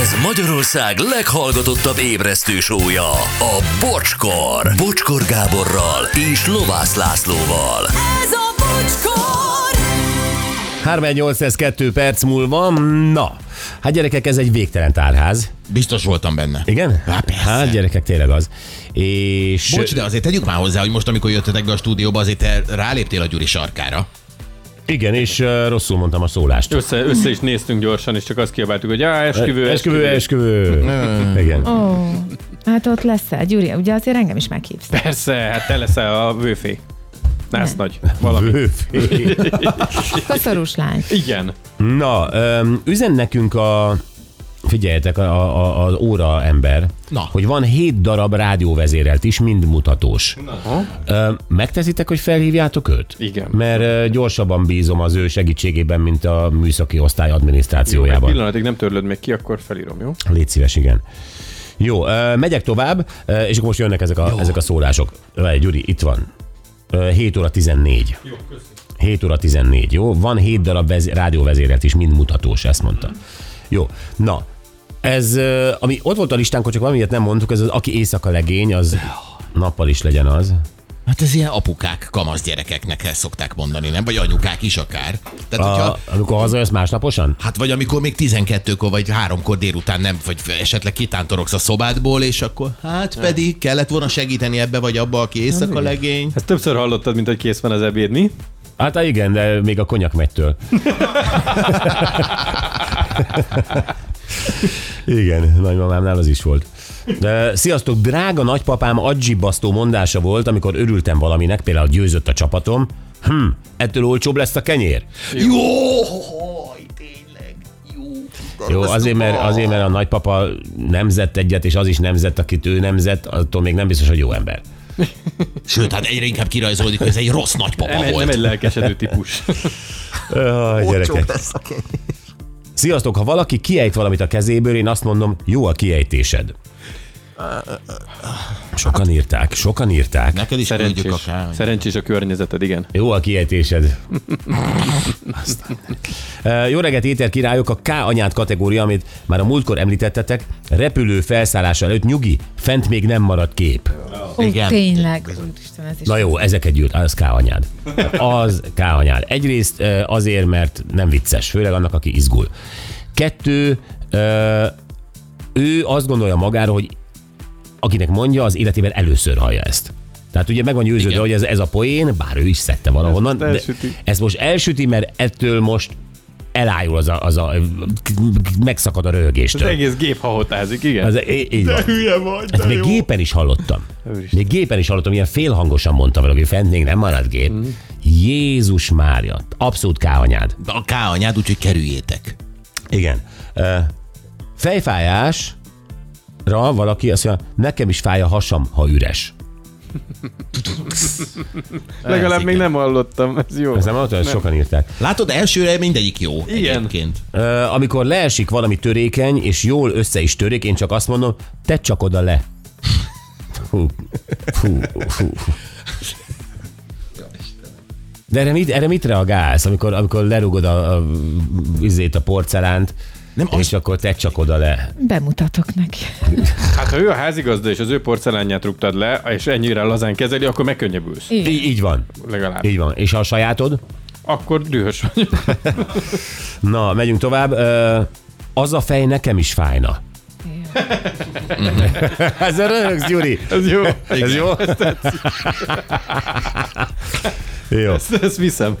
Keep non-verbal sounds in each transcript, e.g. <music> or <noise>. Ez Magyarország leghallgatottabb ébresztő sója, a Bocskor. Bocskor Gáborral és Lovász Lászlóval. Ez a bocskor! 3802 perc múlva, na, hát gyerekek, ez egy végtelen tárház. Biztos voltam benne. Igen? Há, persze. Hát gyerekek, tényleg az. És... Bocs, de azért tegyük már hozzá, hogy most, amikor jöttetek be a stúdióba, azért te ráléptél a Gyuri sarkára. Igen, és uh, rosszul mondtam a szólást. Össze, össze is néztünk gyorsan, és csak azt kiabáltuk, hogy á, esküvő, esküvő. esküvő. Igen. Ó, hát ott leszel, Gyuri, ugye azért engem is meghívsz. Persze, hát te leszel a vőfé. Nász nagy. Valami. Bőfé. Koszorús lány. Igen. Na, öm, üzen nekünk a... Figyeljetek, a, a, az óra ember, Na. hogy van hét darab rádióvezérelt is, mind mutatós. Ö, megteszitek, hogy felhívjátok őt? Igen. Mert ö, gyorsabban bízom az ő segítségében, mint a műszaki osztály Egy adminisztrációjában. pillanatig nem törlöd még ki, akkor felírom, jó? Légy szíves, igen. Jó, ö, megyek tovább, ö, és akkor most jönnek ezek a, ezek a szólások. Várj, Gyuri, itt van. Ö, 7 óra 14. Jó, 7 óra 14, jó? Van 7 darab vez- rádióvezérelt is, mind mutatós, ezt mondta. Jó, na, ez, ö, ami ott volt a listánkon, csak valamiért nem mondtuk, ez az, aki éjszaka legény, az nappal is legyen az. Hát ez ilyen apukák, kamasz gyerekeknek ezt szokták mondani, nem? Vagy anyukák is akár. Tehát, A, hogyha, amikor hazajössz másnaposan? hát vagy amikor még 12-kor vagy 3-kor délután nem, vagy esetleg kitántorogsz a szobádból, és akkor hát pedig kellett volna segíteni ebbe vagy abba, aki Hát éjszaka legény. Ezt többször hallottad, mint hogy kész van az ebéd, mi? Hát á, igen, de még a konyak megytől. igen, nagymamámnál az is volt. De, sziasztok, drága nagypapám agyzsibasztó mondása volt, amikor örültem valaminek, például győzött a csapatom. Hm, ettől olcsóbb lesz a kenyér. Jó, haj, tényleg. Jó, Jó, azért mert, azért, mert a nagypapa nemzett egyet, és az is nemzett, akit ő nemzett, attól még nem biztos, hogy jó ember. Sőt, hát egyre inkább kirajzolódik, hogy ez egy rossz nagypapa Nem, egy- volt. nem egy lelkesedő típus. Jaj, gyerekek. Sziasztok, ha valaki kiejt valamit a kezéből, én azt mondom, jó a kiejtésed. Sokan írták, sokan írták. Neked is küldjük Szerencsés. akár. Szerencsés a környezeted, igen. Jó a kiejtésed. Aztán. Ö, Jó reggelt, éter királyok, a K anyát kategória, amit már a múltkor említettetek, repülő felszállása előtt nyugi, fent még nem maradt kép. Ó, Igen. tényleg. Úristen, ez is. Na jó, ezek együtt, az K anyád. Az K anyád. Egyrészt ö, azért, mert nem vicces, főleg annak, aki izgul. Kettő, ö, ő azt gondolja magáról, hogy akinek mondja, az életében először hallja ezt. Tehát ugye meg van győződve, Igen. hogy ez, ez a poén, bár ő is szedte valahonnan. Ezt most elsüti. ezt most elsüti, mert ettől most elájul az a, az a megszakad a Az röhögéstől. egész gép hahotázik, igen. Az, í- így van. hülye vagy, Ezt még gépen is hallottam. Még gépen is hallottam, ilyen félhangosan mondta valaki, hogy fent még nem marad gép. Jézus Mária, abszolút kávanyád. A K anyád, úgyhogy kerüljétek. Igen. Ö, Fejfájásra valaki azt mondja, nekem is fáj a hasam, ha üres. Legalább Ez még igen. nem hallottam, ez jó. Ez nem mondta, ezt sokan írták. Látod, elsőre mindegyik jó. Igen. Egyébként. Ö, Amikor leesik valami törékeny, és jól össze is törik, én csak azt mondom, te csak oda le. Hú, hú, hú. De erre mit, erre mit reagálsz, amikor, amikor lerugod a, a, izét, a porcelánt, Nem, nem, és azt- akkor te csak oda le. Bemutatok neki. Hát ha ő a házigazda és az ő porcelánját rúgtad le, és ennyire lazán kezeli, akkor megkönnyebbülsz. Igen. Így, így van. Legalább. Így van. És ha a sajátod? Akkor dühös vagy. Na, megyünk tovább. Ö, az a fej nekem is fájna. <laughs> Ez a röhögsz, Gyuri. Ez <laughs> jó. <laughs> Ez jó? Jó. Ezt, ezt viszem.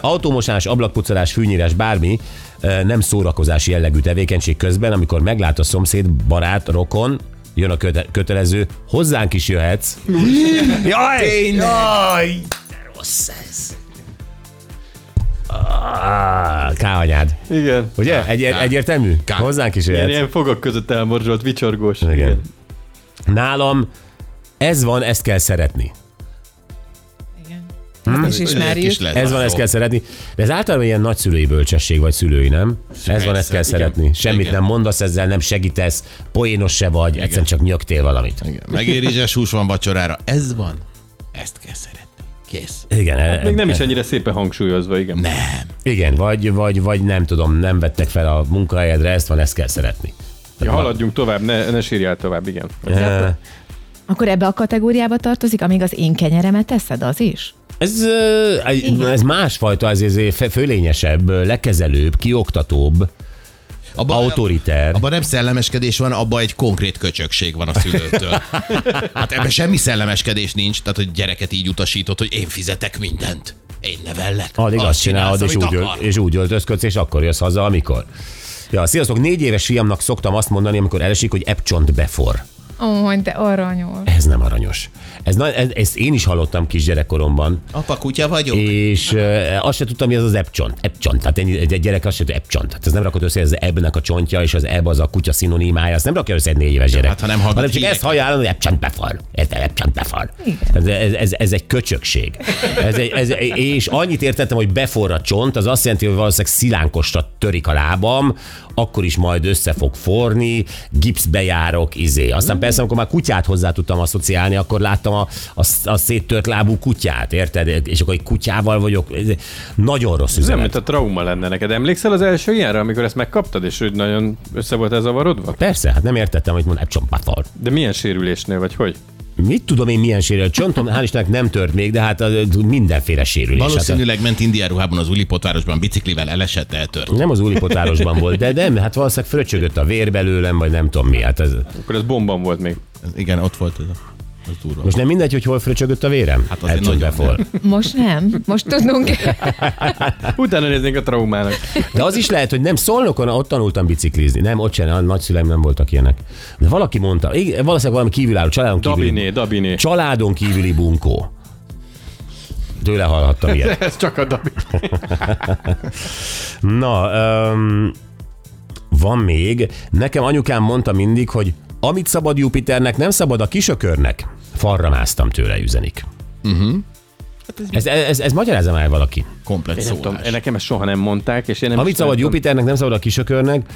Automosás, ablakpucolás, fűnyírás, bármi eh, nem szórakozási jellegű tevékenység közben, amikor meglát a szomszéd, barát, rokon, jön a köte- kötelező, hozzánk is jöhetsz. Jaj! Jaj! de Rossz ez. Ah, Kányád. Igen. Ugye? Egy, egyértelmű? Ká. Hozzánk is Ilyen, jöhetsz. ilyen fogak között elmorzsolt, vicsorgós. Igen. Nálam ez van, ezt kell szeretni. Igen. Hm. Ezt is ismerjük. Ez van, ezt kell szeretni. De ez általában ilyen nagyszülői bölcsesség vagy szülői, nem? Ez van, ezt kell igen. szeretni. Semmit Igen. nem mondasz ezzel, nem segítesz, poénos se vagy, egyszerűen csak nyögtél valamit. Megérizses hús van vacsorára. Ez van. Ezt kell szeretni. Kész. Igen, e- Még nem is e- ennyire szépen hangsúlyozva, igen. Nem. igen, vagy, vagy, vagy nem tudom, nem vettek fel a munkahelyedre, ezt van, ezt kell szeretni. Ja, haladjunk tovább, ne, ne sírjál tovább, igen. Eh, Akkor ebbe a kategóriába tartozik, amíg az én kenyeremet teszed, az is? Ez, eh, egy- ez másfajta, ez, ez fe- fölényesebb, lekezelőbb, kioktatóbb, Abba, autoriter. Abban nem szellemeskedés van, abban egy konkrét köcsökség van a szülőtől. Hát ebben semmi szellemeskedés nincs, tehát hogy gyereket így utasított, hogy én fizetek mindent. Én nevellek. Addig azt, csinálod, és amit úgy, öl, akar. és úgy öltözködsz, és akkor jössz haza, amikor. Ja, sziasztok, négy éves fiamnak szoktam azt mondani, amikor elesik, hogy epcsont befor. Ó, de aranyos. Ez nem aranyos. Ez, na, ez, ezt én is hallottam kisgyerekkoromban, Apa kutya vagyok. és uh, azt se tudtam, mi az az epcsont. Epcsont, tehát én, egy, egy gyerek azt se tudja, epcsont. Tehát ez nem rakott össze, ez az ebnek a csontja, és az eb az a kutya szinonimája, ezt nem rakja össze egy négy éves gyerek. hát ha nem hallgat hanem csak híreket. ezt hallja, hogy epcsont befal. Érted, epcsont befal. Ez, ez, ez, ez, egy köcsökség. Ez egy, ez, és annyit értettem, hogy beforra csont, az azt jelenti, hogy valószínűleg szilánkosra törik a lábam, akkor is majd össze fog forni, gipsz bejárok, izé. Aztán persze, amikor már kutyát hozzá tudtam asszociálni, akkor láttam a, a, a széttört lábú kutyát, érted? És akkor egy kutyával vagyok. Ez nagyon rossz Nem, üzenet. mint a trauma lenne neked. Emlékszel az első ilyenre, amikor ezt megkaptad, és úgy nagyon össze volt ez zavarodva? Persze, hát nem értettem, hogy mondom, epcsont befal. De milyen sérülésnél, vagy hogy? Mit tudom én, milyen sérül? Csontom, hál' Istennek nem tört még, de hát az mindenféle sérülés. Hát a- Valószínűleg ment Indián ruhában az Ulipotvárosban biciklivel, elesett, eltört. Nem az úlipotárosban volt, de nem, hát valószínűleg fröcsögött a vér belőlem, vagy nem tudom mi. Hát ez, Akkor ez bomban volt még. Igen, ott volt ez a az durva. most nem mindegy, hogy hol fröcsögött a vérem? Hát azért Elcsont nagyon befol. Most nem, most tudnunk. Utána néznénk a traumának. De az is lehet, hogy nem szolnokon, ott tanultam biciklizni. Nem, ott sem, a nagyszüleim nem voltak ilyenek. De valaki mondta, igen, valószínűleg valami kívülálló, családon kívüli, Dabiné, Dabiné. családon kívüli bunkó. Tőle hallhattam ilyet. Ez csak a Dabi. Na, um, van még. Nekem anyukám mondta mindig, hogy amit szabad Jupiternek, nem szabad a kisökörnek. Farramáztam tőle, üzenik. Mhm. Uh-huh. Ez, ez, ez magyarázza már valaki. Komplet Én nem tudom, szólás. nekem ezt soha nem mondták, és én nem Amit is szabad láttam. Jupiternek, nem szabad a kisökörnek.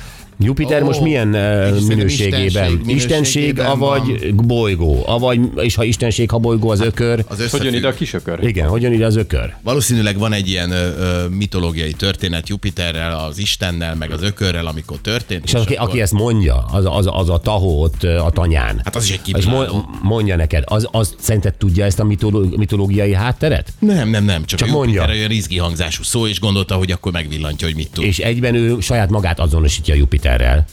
Jupiter Ó, most milyen uh, Isten- minőségében? istenség- Istenség, minőségében avagy bolygó. Avagy, és ha istenség, ha bolygó, az ökör. Az Hogy jön összefügg. ide a kisökör? Igen, hogyan ide az ökör? Valószínűleg van egy ilyen ö, ö, mitológiai történet Jupiterrel, az Istennel, meg az ökörrel, amikor történt. És az, aki, akkor- aki ezt mondja, az, az, az a tahó ott ö, a tanyán. Hát az is egy És kibíráló. mo- mondja neked, az, az szerinted tudja ezt a mitoló- mitológiai hátteret? Nem, nem, nem, csak, Csak csak mondja. mondja. Erre olyan rizgi hangzású szó, és gondolta, hogy akkor megvillantja, hogy mit tud. És egyben ő saját magát azonosítja Jupiterrel.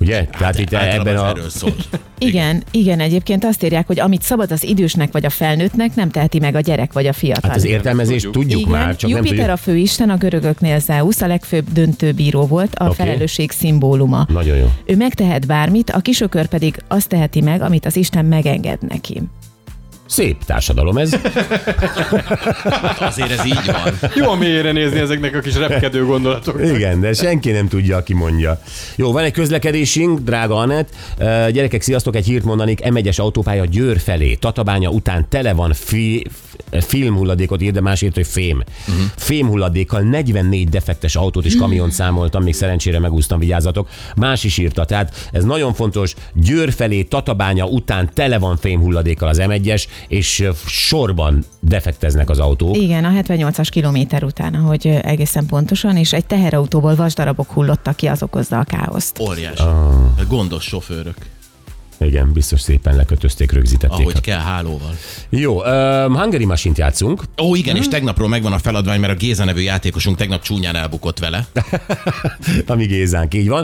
Ugye? Hát, Tehát itt Általában ebben ez a... hát Erről szól. Igen, igen, egyébként azt írják, hogy amit szabad az idősnek vagy a felnőttnek, nem teheti meg a gyerek vagy a fiatal. Hát az értelmezést Tudjuk. tudjuk, tudjuk Igen, már, csak Jupiter nem a tudjuk. főisten, a görögöknél Zeus, a legfőbb döntőbíró volt, a Oké. okay. felelősség szimbóluma. Nagyon jó. Ő megtehet bármit, a kisökör pedig azt teheti meg, amit az Isten megenged neki. Szép társadalom ez. Azért ez így van. Jó a mélyére nézni ezeknek a kis repkedő gondolatok. Igen, de senki nem tudja, aki mondja. Jó, van egy közlekedésünk, drága Anett. Ö, Gyerekek, sziasztok, egy hírt mondanék. M1-es autópálya Győr felé, Tatabánya után tele van fi, filmhulladékot ír, de másért, hogy fém. Uh-huh. Fémhulladékkal 44 defektes autót és kamiont számoltam, még szerencsére megúsztam, vigyázzatok. Más is írta, tehát ez nagyon fontos. Győr felé, Tatabánya után tele van fémhulladékkal az M1-es, és ö, sorban defekteznek az autók. Igen, a 78-as kilométer után, ahogy ö, egészen pontosan, és egy teherautóból vasdarabok hullottak ki, az okozza a káoszt. Óriás. Ah. Gondos sofőrök. Igen, biztos szépen lekötözték, rögzítették. Ahogy kell, hálóval. Jó, um, Hungary Machine-t játszunk. Ó, igen, Mm. és tegnapról megvan a feladvány, mert a Géza nevű játékosunk tegnap csúnyán elbukott vele. Ami Gézánk, így van.